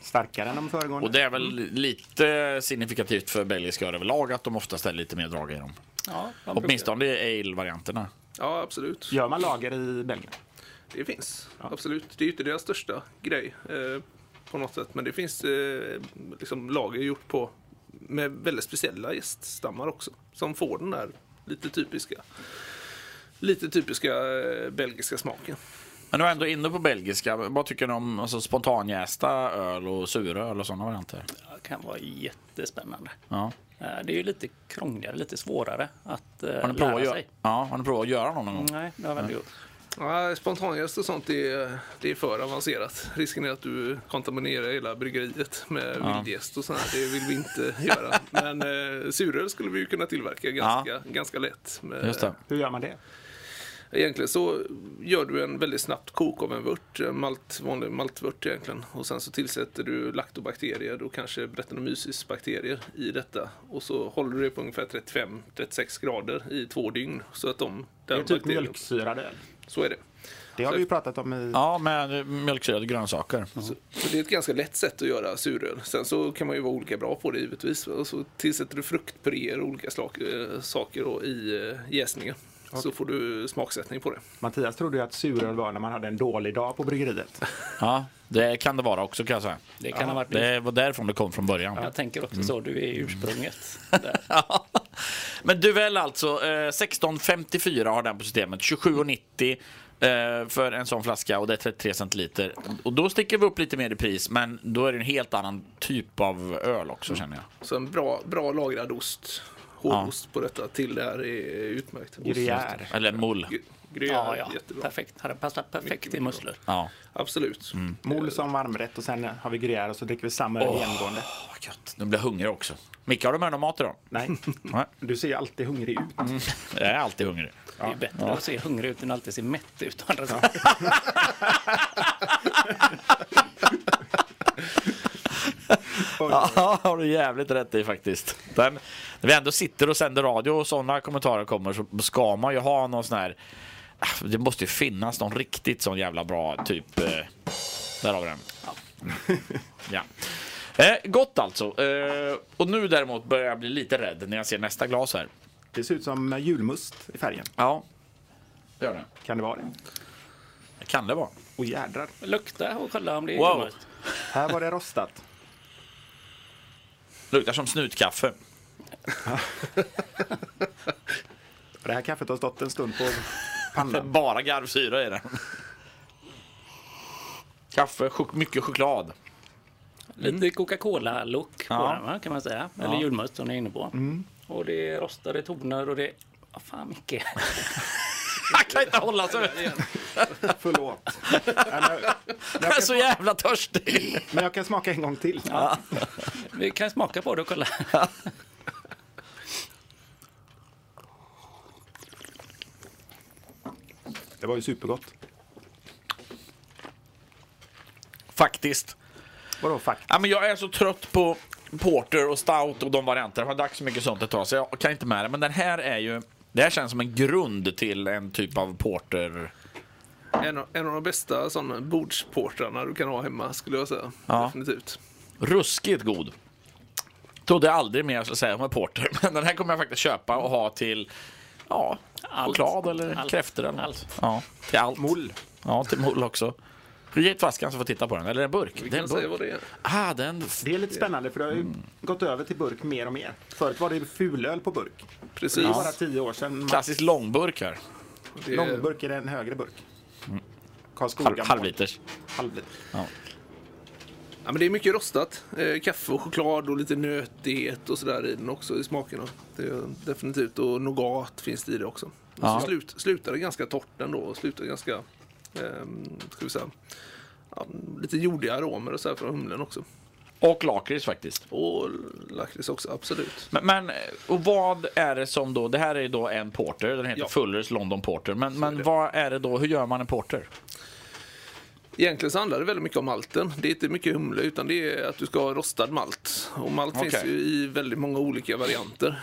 Starkare än de föregående.
Och det är väl
Mm.
lite signifikativt för belgiska öl överlag att de oftast är lite mer drag i dem.
ja, de brukar-
Åtminstone i ale-varianterna.
Ja, absolut.
Gör man lager i Belgien?
Det finns. Absolut. Det är ju inte deras största grej eh, på något sätt. Men det finns eh, liksom lager gjort på med väldigt speciella gäststammar också. Som får den där lite typiska lite typiska eh, belgiska smaken.
Men du var ändå inne på belgiska. Vad tycker du om alltså, spontanjästa öl och suröl och sådana varianter?
Ja, kan vara jättespännande.
Ja.
Eh, Det är ju lite krångligare, lite svårare att eh,
Har, ni provat
lära
att göra,
sig. Mm.
ja, har ni provat att göra någon gång?
Nej, det har jag aldrig gjort.
Ja, Spontangäst och sånt det är, det är för avancerat. Risken är att du kontaminerar hela bryggeriet med vildgäst och sånt här. Det vill vi inte göra. Men eh, suröl skulle vi ju kunna tillverka ganska, ganska lätt. Med,
Just det.
Hur gör man det?
Egentligen så gör du en väldigt snabbt kok av en vört, en malt, vanlig maltvört egentligen. Och sen så tillsätter du laktobakterier och kanske Brettanomyces-bakterier i detta. Och så håller du det på ungefär 35-36 grader i två dygn. Så att de...
Det är typ mjölksyrad öl.
Så är det.
Det har vi ju pratat om i...
Ja, med eh, mjölksyrade grönsaker.
Mm.
Så det är ett ganska lätt sätt att göra suröl. Sen så kan man ju vara olika bra på det givetvis. Och så tillsätter du fruktpuréer och olika slag, eh, saker då, i eh, jäsningen. Så får du smaksättning på det.
Mattias trodde ju att suröl var när man hade en dålig dag på bryggeriet.
Ja, det kan det vara också kan jag säga.
Det kan ha varit min
Det var därifrån det kom från början.
Jag tänker också
Mm.
så, du är ju ursprunget. Där.
Ja. Men duell alltså. Eh, 1654 har den på systemet. 27,90 eh, för en sån flaska och det är 33 centiliter. Och då sticker vi upp lite mer i pris, men då är det en helt annan typ av öl också känner jag.
Så en bra, bra lagrad ost, hårdost på detta till det här är utmärkt.
Gruyère.
Eller en mull.
Gr- Gruyère,
Ja, ja,
jättebra.
perfekt. Hade passat perfekt i musslor.
Ja.
Absolut.
Mm.
Mol som varmrätt och sen har vi gruyère och så dricker vi samma öl genomgående.
Åh, vad gött. Nu blir jag hungrig också. Micke, har du med någon mat idag?
Nej,
Nej. Mm.
du ser ju alltid hungrig ut.
Jag är alltid hungrig.
Det är bättre att se hungrig ut än alltid se mätt ut. Alltså, å andra sidan.
Ja, har du jävligt rätt i faktiskt. Den, när vi ändå sitter och sänder radio och sådana kommentarer kommer så ska man ju ha någon sån här... ah, Det måste ju finnas någon riktigt sån jävla bra typ... eh, Där har vi den. Ja. Eh, gott alltså. Eh, och nu däremot börjar jag bli lite rädd när jag ser nästa glas här.
Det ser ut som julmust i färgen.
Ja, det gör det.
Kan det vara det?
Kan det vara.
Och jädrar.
Lukta och kolla om det är
Wow.
wow.
Här var det rostat.
Luktar som snutkaffe.
Det här kaffet har stått en stund på pannan.
Bara garvsyra i den. Kaffe, chok- mycket choklad.
Lite Coca-Cola-look på
Mm. Ja. Mm.
den va, kan man säga. Eller julmust som ni är inne på. Och det är rostade toner och det... Vad fan Micke.
Han kan inte hålla sig vet du.
Förlåt. Nej, men, jag,
Jag är så jävla törstig.
men jag kan smaka en gång till.
Vi kan smaka på det och kolla.
Det var ju supergott.
Faktiskt.
Vadå faktiskt?
Ja, men jag är så trött på Porter och Stout och de varianterna. Det har dags så mycket sånt ett tag så jag kan inte med det. Men den här är ju... Det här känns som en grund till en typ av Porter.
En, av- en av de bästa sådana bordsportrarna du kan ha hemma skulle jag säga.
Ja.
Definitivt.
Ruskigt god. Trodde jag aldrig mer jag skulle säga om en porter. Men den här kommer jag faktiskt köpa och ha till ja, choklad eller
Allt.
kräftor eller något.
Allt.
Ja, till allt.
Mull.
Ja, till mull också. Ge ett flaskan så får jag titta på den. Eller en burk. det
Vi
är
kan
en
säga
burk.
vad det är.
Ah, den...
Det är lite spännande för det har ju
Mm.
gått över till burk mer och mer. Förut var det ju fulöl på burk.
Precis.
Det är bara tio år sedan. Man-
Klassisk långburk här.
Det är-
Långburk är en högre burk. Karlskoga.
Mm. Halv, halvliters.
Eh,
Halvliter.
Ja, men det är mycket rostat. Eh, kaffe och choklad och lite nötighet och sådär i den också i smakerna. Det är definitivt. Och nougat finns det i det också.
Ja.
Och så slut, slutar det ganska torrt ändå. Och slutar ganska, ehm, ska vi säga, ja, lite jordiga aromer och så här från humlen också.
Och lakrits faktiskt.
Och lakrits också, absolut.
Men, men eh, och vad är det som då... Det här är ju då en porter. Den heter
Ja.
Fullers London Porter. Men, men
det.
vad är det då? Hur gör man en porter?
Egentligen så handlar det väldigt mycket om malten. Det är inte mycket humle utan det är att du ska ha rostad malt. Och malt
Okej.
finns ju i väldigt många olika varianter.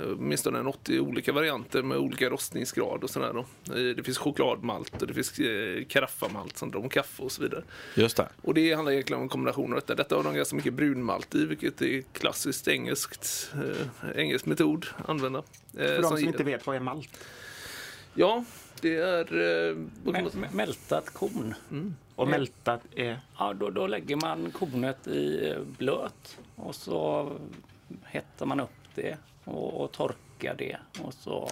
Eh, Åtminstone en 80 olika varianter med olika rostningsgrad och sådär då. Eh, Det finns chokladmalt och det finns eh, karaffamalt som drar om kaffe och så vidare.
Just det.
Och det handlar egentligen om en kombination av detta. Detta har de ganska mycket brunmalt i vilket är klassiskt engelskt, eh, engelsk metod att använda. Eh,
För de
som-
som inte vet vad är malt.
Ja, det är... Eh, vad kan man säga?
Mm.
Mäl- Mältat korn. Eh.
Och mältat är...
Ja, då, då lägger man kornet i eh, blöt och så hettar man upp det och, och torkar det och så,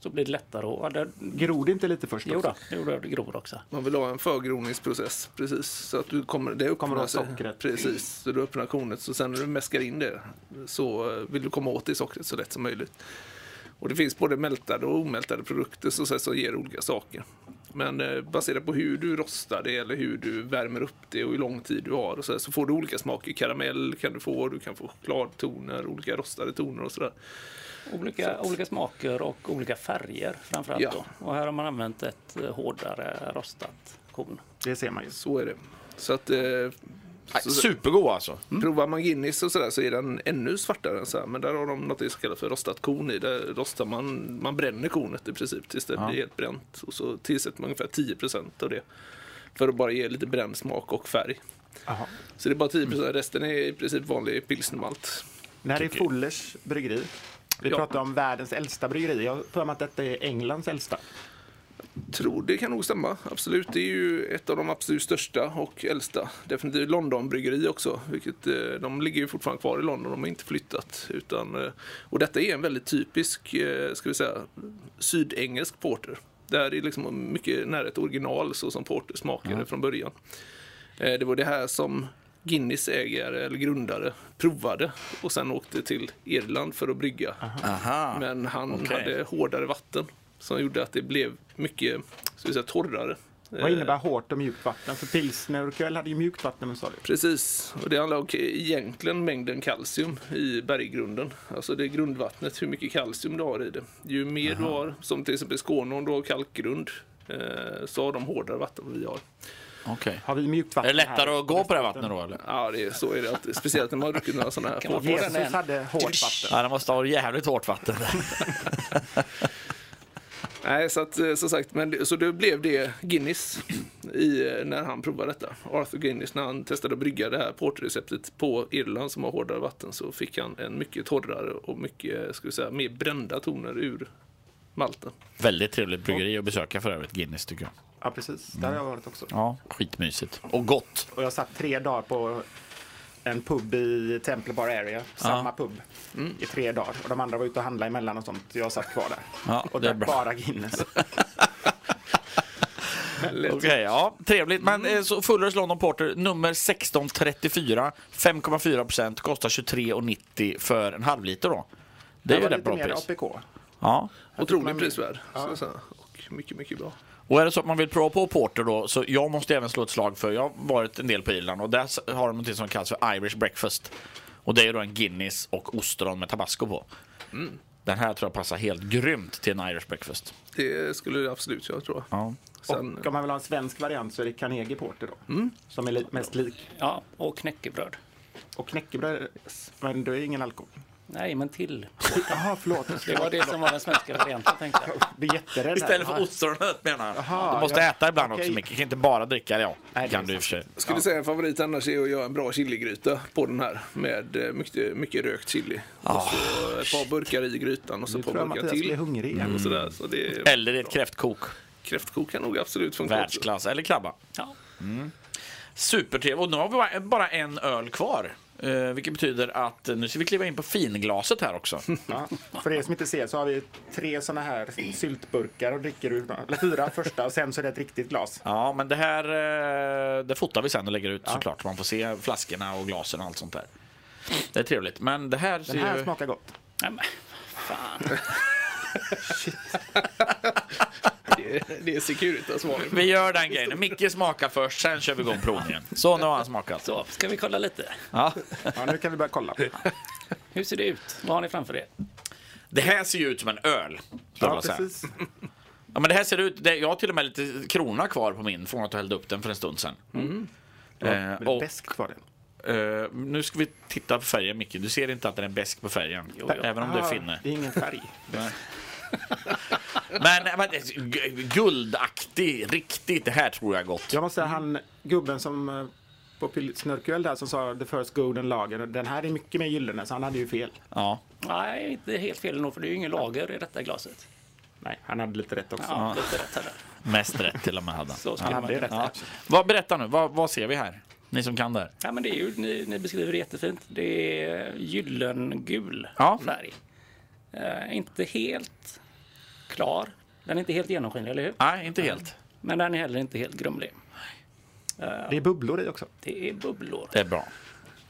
så blir det lättare att... ja, Det,
Gror det inte lite först
jo
också?
då, jo då, det gror också.
Man vill ha en förgroningsprocess, precis. Så att du kommer, det
Kommer
öppnar
åt
sig.
sockret.
Precis, så du öppnar kornet. Så sen när du mäskar in det så eh, vill du komma åt det sockret så lätt som möjligt. Och det finns både mältade och omältade produkter som, så- som ger olika saker. Men eh, baserat på hur du rostar det eller hur du värmer upp det och hur lång tid du har och så, här, så får du olika smaker. Karamell kan du få, du kan få chokladtoner, olika rostade toner och sådär.
Olika, olika smaker och olika färger framförallt.
Ja.
Då. Och här har man använt ett eh, hårdare rostat korn.
Det ser man ju.
Så är det. Så att... Eh,
Nej,
så-
Supergod alltså.
Provar man Guinness och sådär så är den ännu svartare än så här. Men där har de något som kallas för rostat korn i. Där rostar man, man bränner kornet i princip tills det blir helt bränt. Och så tillsätter man ungefär 10% av det. För att bara ge lite bränd smak och färg.
Aha.
Så det är bara 10%, resten är i princip vanlig pilsnermalt.
Det här är Fullers bryggeri. Vi
Ja.
pratar om världens äldsta bryggeri. Jag har för mig att detta är Englands äldsta.
Tror det kan nog stämma, absolut. Det är ju ett av de absolut största och äldsta. Definitivt Londonbryggeri också. Vilket, eh, de ligger ju fortfarande kvar i London, de har inte flyttat. Utan, eh, och detta är en väldigt typisk, eh, ska vi säga, sydengelsk porter. Där det är liksom mycket nära ett original så som porter smakade från början. Eh, Det var det här som Guinness ägare eller grundare provade och sen åkte till Irland för att brygga.
Aha.
Men han
okej.
hade hårdare vatten som gjorde att det blev mycket ska vi säga, torrare.
Vad
Eh.
innebär hårt och mjukt vatten? För pilsner och öl hade ju mjukt vatten, men sa du?
Precis, och det handlar om egentligen mängden kalcium i berggrunden. Alltså det är grundvattnet, hur mycket kalcium du har i det. Ju mer du har, som till exempel i Skåne om du har kalkgrund, eh, så har de hårdare vatten än vi har.
Okej.
Har vi mjukt
Är
vatten
det lättare
här?
att gå på det här vattnet då eller?
Ja, det är, så är det. Alltid. Speciellt när man har druckit några sådana här.
Kan man
porter.
få den
Jesus
än?
hade hårt vatten.
Ja, det måste ha jävligt hårt vatten.
Nej, så att, eh, som sagt, men, det- så då blev det Guinness i, eh, när han provade detta. Arthur Guinness, när han testade att brygga det här porterreceptet på Irland som har hårdare vatten så fick han en mycket torrare och mycket, eh, ska vi säga, mer brända toner ur malten.
Väldigt trevligt bryggeri att besöka för övrigt, Guinness tycker jag.
Ja, precis. Där har jag varit också.
Ja, skitmysigt. Och gott.
Och jag satt tre dagar på en pub i Temple Bar Area, samma pub, mm, i tre dagar. Och de andra var ute och handlade emellan och sånt. Jag satt kvar där.
Ja,
och
det är
drack
bra.
bara Guinness.
Okej, ja, trevligt. Men eh, så Fullers London Porter nummer 1634, 5,4 kostar 23,90 för en halv liter då. Det är ju
var
rätt
lite
bra
mer
pris.
APK.
Ja.
Otroligt prisvärd, så att säga. Och mycket, mycket bra.
Och är det så att man vill prova på Porter då, så jag måste även slå ett slag för, jag har varit en del på Irland och där s- har de något som kallas för Irish breakfast. Och det är ju då en Guinness och ostron med tabasco på. Den här tror jag passar helt grymt till en Irish breakfast.
Det skulle det absolut göra, tror jag.
Ja.
Sen,
Och om man vill ha en svensk variant så är det Carnegie Porter då. Som är li- mest lik.
Ja, och knäckebröd.
Och knäckebröd, men det är ingen alkohol.
Nej, men till.
Jaha, förlåt.
Det var det som var den svenska varianten tänkte jag.
Jag blir jätterädd.
Istället för
här.
ostronet menar jag.
Jaha,
Du måste
ja.
äta ibland också
Okej.
Micke, du kan inte bara dricka det. Ja,
Nej, det
kan
är
du i och för sig.
skulle säga en favorit annars är att göra en bra chiligryta på den här med eh, mycket, mycket rökt chili. och så ett par burkar i grytan och så
Nu
ett par
tror jag
burkar
Mattias blir
till. Mm.
hungrig igen.
Och
Mm.
sådär, så det är
Eller i ett kräftkok.
Kräftkok kan nog absolut funka också.
Världsklass. Eller krabba.
Ja.
Supertrevligt. Och nu har vi bara- bara en öl kvar. Eh, vilket betyder att eh, nu ska vi kliva in på finglaset här också.
Ja. För er som inte ser så har vi tre såna här syltburkar och dricker ur. Eller fyra första och sen så är det ett riktigt glas.
Ja, men det här eh, det fotar vi sen och lägger ut såklart. Man får se flaskorna och glasen och allt sånt där. Det är trevligt. Men det här ser
Den här
ju...
smakar gott.
Nej, men fan.
Det är, det är Securitas varning.
Vi gör den grejen. Micke smakar först, sen kör vi igång provningen. Så, nu har han smakat.
Så, ska vi kolla lite?
Ja.
Ja, nu kan vi börja kolla.
Hur ser det ut? Vad har ni framför er?
Det här ser ju ut som en öl. skulle jag
Ja,
vilja säga.
precis.
Ja, men det här ser ut, det, jag har till och med lite krona kvar på min från att jag hällde upp den för en stund sedan. Eh,
Men
och,
beskt var den.
eh, nu ska vi titta på färgen Micke, du ser inte att den är bäsk på färgen.
Jo, jo.
Även om du är
Ah,
finne.
Det är ingen färg.
Men, men det är gu- guldaktig, riktigt, det här tror jag är gott.
Jag måste säga han gubben som eh, på Pilsnerkväll där som sa the first golden lager. Den här är mycket mer gyllene så han hade ju fel.
Ja.
Nej, inte helt fel nog för det är ju ingen lager i detta glaset.
Nej, han hade lite rätt också.
Ja, lite rätt här där.
Mest rätt till och med hade han.
Så
Han
skulle man
hade ju
kunna
rätt.
Ja. Vad, berätta nu, vad, vad ser vi här? Ni som kan det här.
Ja, men det är ju, ni, ni beskriver det jättefint. Det är gyllengul
Ja.
färg. Eh, inte helt klar. Den är inte helt genomskinlig, eller hur?
Nej, inte helt.
Men den är heller inte helt grumlig.
Det är bubblor i också.
Det är bubblor.
Det är bra.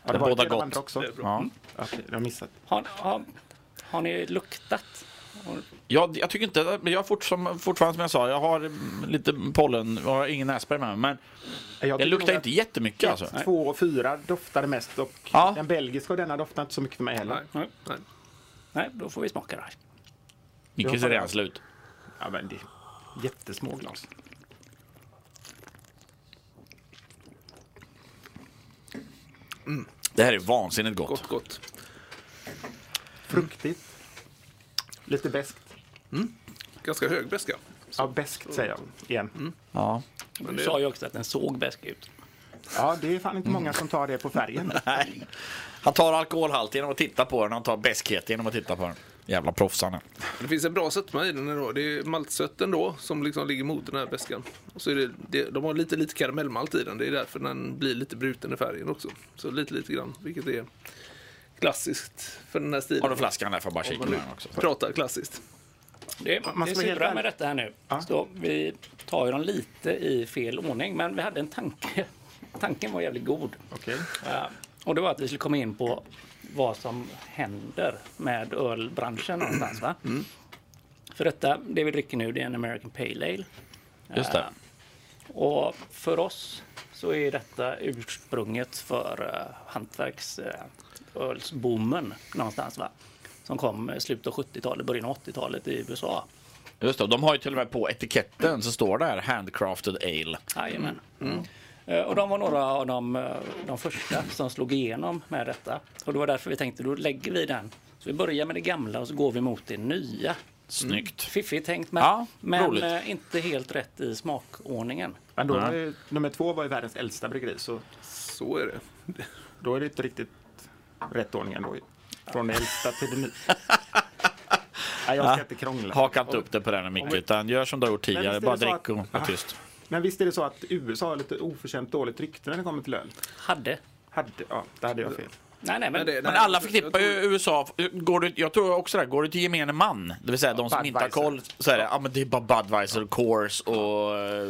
Ja,
Det
var
bådar
det de
gott.
andra också.
Ja.
Ja, Okej, jag har missat.
Har, har, har ni luktat? Har-
Jag, jag tycker inte, men jag har fort, som, fortfarande som jag sa, jag har mm, lite pollen, jag har ingen nässpray med mig, men
Jag
det
tycker
luktar
nog
inte jättemycket
att
alltså.
Två och fyra doftade mest och
Ja.
den belgiska och denna doftar inte så mycket för mig heller.
Nej,
Nej.
nej.
Nej, då får vi smaka det här.
Micke ser redan slut.
Ja, men det är jättesmå glas.
Det här är vansinnigt gott.
Gott, gott.
Fruktigt. Lite beskt.
Ganska hög beska.
Ja, beskt säger jag igen.
Ja.
Du sa ju också att den såg bäsk ut.
Ja, det är fan inte många som tar det på färgen.
Nej. Han tar alkoholhalt genom att titta på den, han tar beskhet genom att titta på den. Jävla proffs han är.
Det finns en bra sötma i den ändå. Det är maltsötten då som liksom ligger mot den här beskan. Och så är det, det, de har lite, lite karamellmalt i den. Det är därför den blir lite bruten i färgen också. Så lite, lite grann. Vilket är klassiskt för den här stilen.
Har du flaskan där får jag bara
Om
kika
man
på
nu
den också.
Pratar klassiskt.
Det,
man
det är
ska vara helt
superbra med
ärlig.
detta här nu. Så vi tar ju dem lite i fel ordning, men vi hade en tanke. Tanken var jävligt god.
Okej.
Eh, Och det var att vi skulle komma in på vad som händer med ölbranschen någonstans. Va? För detta, det vi dricker nu, det är en American Pale Ale.
Just det.
Och för oss så är detta ursprunget för uh, hantverksölsboomen någonstans. Va? Som kom i slutet av 70-talet, början av 80-talet i USA.
Just det, de har ju till och med på etiketten så står det här handcrafted ale.
Jajamän. Eh, Och de var några av de, eh, de första som slog igenom med detta. Och det var därför vi tänkte, då lägger vi den. Så vi börjar med det gamla och så går vi mot det nya.
Snyggt.
Fiffigt tänkt, men,
Ja,
men
roligt.
eh, inte helt rätt i smakordningen.
Men då
Ja.
var ju, nummer två var ju världens äldsta bryggeri, så
Så är det.
då är det inte riktigt rätt ordning ändå. ju. Från det äldsta till det nya. Nej, jag ska inte krångla.
Haka inte upp det på den här mycket, utan gör som du har gjort tidigare.
visst är
Bara
det så
drick och
att-
var tyst.
Men visst är det så att USA har lite oförtjänt dåligt rykte när det kommer till öl?
Hade.
Hade, ja, där hade jag fel.
Nej, nej, men
det-
Men
nej,
alla
jag
förknippar
tror-
ju USA, går du, jag tror också det, här, går du till gemene man, det vill säga de som inte har koll,
Budweiser.
så är det, ja men det är bara Budweiser, Coors och eh,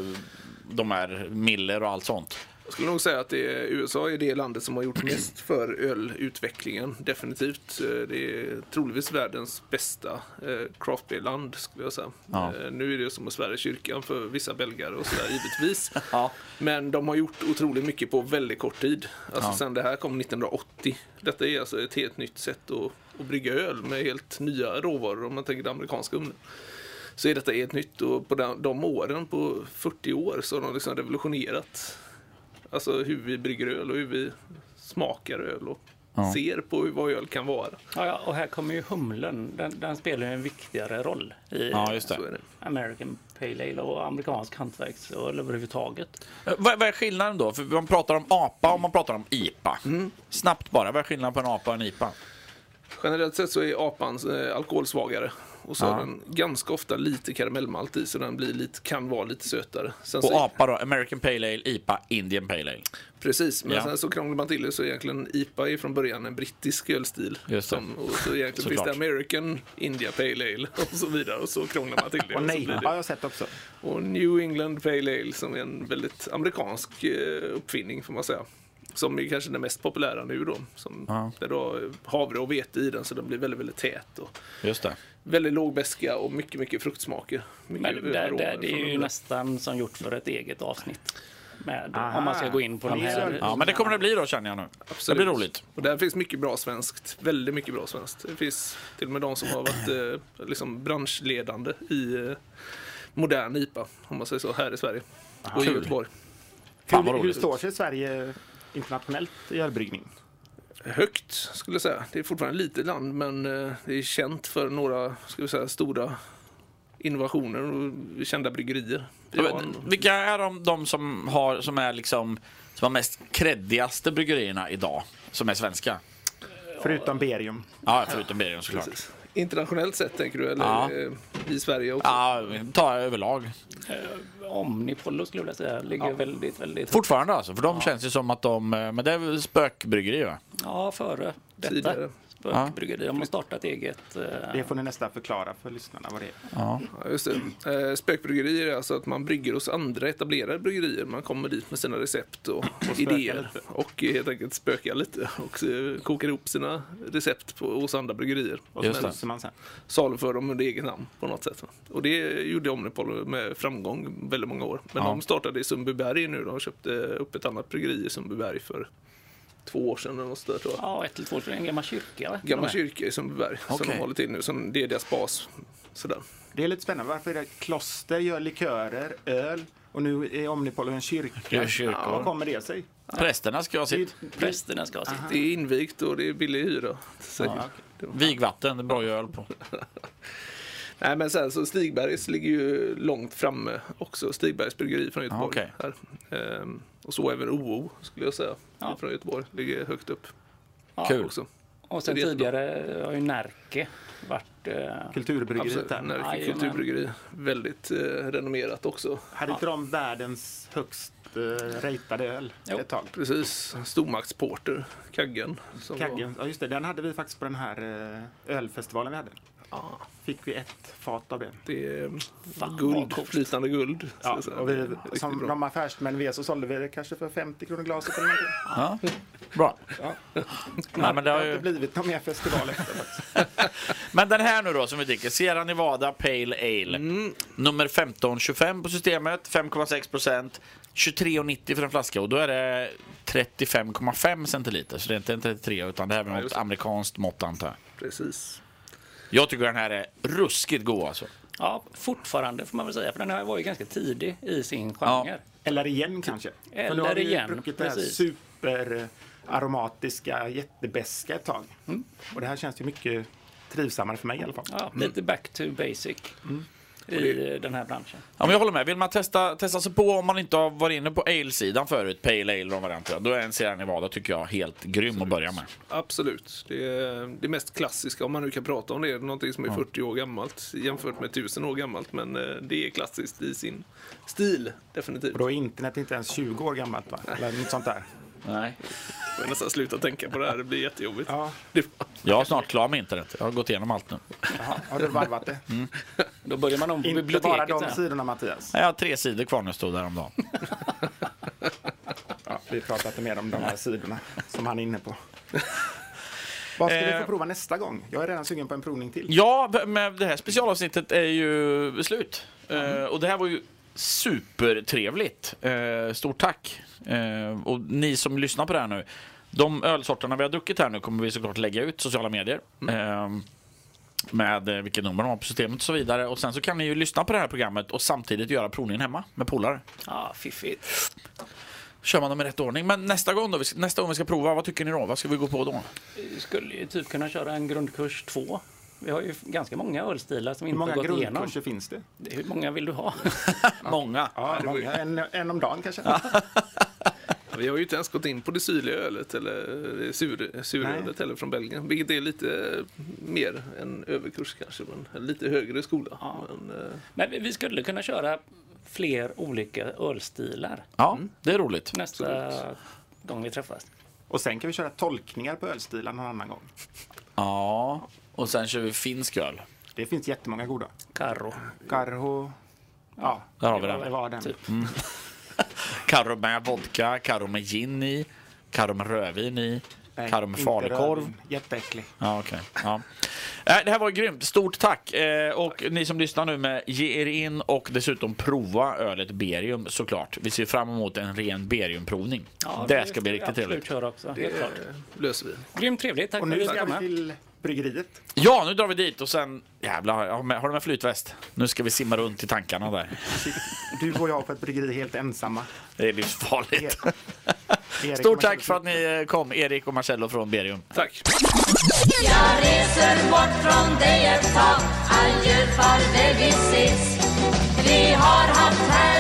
de här Miller och allt sånt.
Jag skulle nog säga att det är, USA är det landet som har gjort mest för ölutvecklingen. Definitivt. Eh, Det är troligtvis världens bästa eh, craft beer-land skulle jag säga.
Ja.
Eh, Nu är det som att svära i kyrkan för vissa belgare och sådär givetvis.
Ja.
Men de har gjort otroligt mycket på väldigt kort tid. Alltså
Ja.
sen det här kom 1980. Detta är alltså ett helt nytt sätt att, att brygga öl med helt nya råvaror om man tänker den amerikanska ugnen så är detta helt nytt. Och på de, de åren, på 40 år, så har de liksom revolutionerat alltså hur vi brygger öl och hur vi smakar öl och
Ja.
ser på hur, vad öl kan vara.
Ja, ja, och här kommer ju humlen. Den, den spelar ju en viktigare roll i
Ja, just det.
Så är det.
American Pale Ale och amerikansk hantverksöl överhuvudtaget.
Eh, Vad, vad är skillnaden då? För man pratar om APA och man pratar om IPA. Snabbt bara, vad är skillnaden på en APA och en IPA?
Generellt sett så är apan eh, alkoholsvagare. Och så har den ganska ofta lite karamellmalt i, så den blir lite, kan vara lite sötare. Sen
Och
så,
APA då, American Pale Ale, IPA, Indian Pale Ale.
Precis, men
Ja.
sen så krånglar man till det så egentligen IPA är från början en brittisk ölstil.
Just det.
och så egentligen finns det
Såklart.
American, India Pale Ale och så vidare och så krånglar man till det.
Och
så
nej,
blir det-
har jag sett också.
Och New England Pale Ale som är en väldigt amerikansk eh, uppfinning får man säga. Som är kanske den mest populära nu då. Som,
Ja.
Där du har havre och vete i den så den blir väldigt, väldigt tät. Och
Just det.
väldigt låg beska och mycket, mycket fruktsmaker. Mycket
Men där,
aromer
där, det
från
är ju
den.
nästan som gjort för ett eget avsnitt. Med,
Aha.
om man ska gå in på de
Ja,
här.
Ja, men det kommer det bli då känner jag nu.
Absolut.
Det blir roligt.
Och där finns mycket bra svenskt. Väldigt mycket bra svenskt. Det finns till och med de som har varit eh, liksom branschledande i eh, modern IPA, om man säger så, här i Sverige. Och i
Kul.
Göteborg.
Fan vad
hur, hur
roligt.
står sig Sverige internationellt i ölbryggning?
högt skulle jag säga. Det är fortfarande ett litet land men eh, det är känt för några ska vi säga, stora innovationer och kända bryggerier. Vi
Ja,
har
men,
en-
Vilka är de, de som, har, som är liksom som har mest kreddigaste bryggerierna idag? Som är svenska?
Förutom Berium.
Ja, förutom Berium såklart.
Internationellt sett tänker du eller
Ja.
eh, i Sverige också?
Ja, ta överlag.
Omnipollo skulle jag vilja säga. Ligger väldigt, väldigt
Fortfarande alltså, för de känns ju som att de, eh, men det är väl spökbryggeri va?
Ja, före detta.
Tidigare.
Spökbryggeri. De har startat eget. eh,
Det får ni nästan förklara för lyssnarna vad det är.
Ja, just det. Eh, Spökbryggerier är alltså att man brygger hos andra etablerade bryggerier. Man kommer dit med sina recept och, idéer
lite.
och eh, helt enkelt spökar lite och eh, kokar ihop sina recept på, hos andra bryggerier. Och
Just
sen
det.
Så man sen.
saluför dem under eget namn på något sätt. Och det gjorde Omnipollo med framgång väldigt många år. Men
Ja.
de startade i Sundbyberg nu. De köpte upp ett annat bryggeri i Sundbyberg för två år sedan eller något sådär, tror jag.
Ja, ett eller två, en gammal kyrka. va?
Gammal
De här.
kyrka i Sundbyberg som
Okej.
de håller till nu. Som, det är deras bas. Sådär.
Det är lite spännande. Varför är det kloster gör likörer, öl och nu är Omnipollo en
Det är
kyrka?
kyrkor. Typ.
Ja, vad kommer det sig?
Prästerna ska ha
Det är
sitt
Prästerna ska ha
Ah.
sitt.
Det är invigt och det är billig hyra. säkert.
vigvatten, det är bra öl på.
Nej men sen så Stigbergs ligger ju långt framme också. Stigbergs bryggeri från Göteborg.
Ah, okej.
här. Ehm, och så även OO skulle jag säga.
Ja.
Från Göteborg. Ligger högt upp
Ja,
Kul.
också.
Och sen
Det är jättebra.
tidigare har ju Närke varit... eh,
kulturbryggeriet
Absolut,
där.
Närke
Jajamän.
kulturbryggeri. Väldigt eh, renommerat också.
Hade inte de världens högst eh, ratade öl
Jo.
ett tag?
Precis, stormaktsporter, Kaggen. som var-
Kaggen, ja just det, den hade vi faktiskt på den här eh, ölfestivalen vi hade.
Ja,
Fick vi ett fat av det.
det är
Fan, vad
guld,
coolt.
flytande guld. ska
Ja,
jag säga.
och
Det är
vi,
riktigt
som
bra.
de affärsmän vi är så sålde vi det kanske för 50 kronor glaset eller någonting.
Ja. Bra. Nej, men, det
Det
har
har inte
ju...
blivit någon mer festival efter faktiskt.
men den här nu då som vi dricker, Sierra Nevada Pale Ale. Nummer 1525 på systemet, 5,6 procent. 23,90 för en flaska och då är det 35,5 centiliter. Så det är inte en 33 utan det här är något
just det.
amerikanskt mått antar jag.
Precis.
Jag tycker den här är ruskigt god alltså.
Ja, fortfarande får man väl säga, för den här var ju ganska tidig i sin genre.
Eller igen kanske. för nu
Eller
har vi ju
igen,
druckit det här
precis.
superaromatiska, jättebäska ett tag. Och det här känns ju mycket trivsammare för mig i alla fall.
Mm. Ja,
Mm.
lite back to basic i eh, den här branschen.
Ja, men jag håller med. Vill man testa, testa sig på om man inte har varit inne på ale-sidan förut, Pale Ale och varianten, då är en Sierra Nevada tycker jag helt grym att börja med.
Absolut. Det, är det mest klassiska, om man nu kan prata om det, är någonting som är 40 år gammalt jämfört med 1000 år gammalt. Men eh, det är klassiskt i sin stil, definitivt.
Och då är internet inte ens 20 år gammalt va? Eller något sånt där.
Nej.
Jag får nästan sluta tänka på det här, det blir jättejobbigt.
Ja,
Det,
Jag är snart klar med internet. Jag har gått igenom allt nu.
jaha, har du varvat det?
Då börjar man om på
Inte bara
Mm. biblioteket.
de
sen.
sidorna Mattias.
Nej, Jag har tre sidor kvar nu, stod det häromdagen.
Ja, vi pratar inte mer om de här sidorna som han är inne på. Vad ska vi
Eh.
få prova nästa gång? Jag är redan sugen på en provning till.
Ja, men det här specialavsnittet är ju slut. Eh, och det här var ju supertrevligt. Eh, stort tack. Eh, och ni som lyssnar på det här nu. De ölsorterna vi har druckit här nu kommer vi såklart lägga ut sociala medier. Eh, med eh, vilket nummer de har på systemet och så vidare. Och sen så kan ni ju lyssna på det här programmet och samtidigt göra provningen hemma med polare.
Ja, fiffigt.
Kör man dem i rätt ordning. Men nästa gång då, vi ska- nästa gång vi ska prova, vad tycker ni då? Vad ska vi gå på då?
Vi skulle ju typ kunna köra en grundkurs två. Vi har ju ganska många ölstilar som
Hur
inte har
många
gått igenom.
grundkurser finns det?
Hur många vill du ha?
Många.
Ja,
det var ju-
många. En, en om dagen kanske?
vi har ju inte ens gått in på det syrliga ölet, eller det sur, surölet eller från Belgien. Vilket är lite mer en överkurs kanske, men eller lite högre skola. Men, eh,
Men vi- vi skulle kunna köra fler olika ölstilar
Ja, det är roligt.
nästa gång vi träffas.
Och sen kan vi köra tolkningar på ölstilen någon annan gång.
Ja, och sen kör vi finsk öl.
Det finns jättemånga goda.
Carro.
Karho. Ja,
Där har vi
det
den.
var den.
Typ.
Karo med vodka, karo med gin i, karo med rödvin i,
Nej,
karo med
inte
falukorv.
rödvin. Jätteäcklig.
Ja, okej. ja. Äh, Det här var grymt. Stort tack! Eh, Och ni som lyssnar nu med, ge er in och dessutom prova ölet Berium såklart. Vi ser fram emot en ren Beriumprovning.
Ja,
det ska
vi
bli riktigt
absolut
trevligt.
Köra också, helt klart.
det eh, löser vi.
Grymt trevligt. Tack
Och
för att
nu
du fick
ska vi
komma.
till bryggeriet.
Ja, nu drar vi dit och sen... Jävlar, har du med, har du med flytväst? Nu ska vi simma runt i tankarna där.
Du och jag på ett bryggeri helt ensamma.
Det är livsfarligt.
E- Erik
Stort
och Marcelo.
tack för att ni eh, kom, Erik och Marcello från Berium.
Tack!
Jag reser bort från dig ett tag Adjö, farväl, vi ses Vi har haft här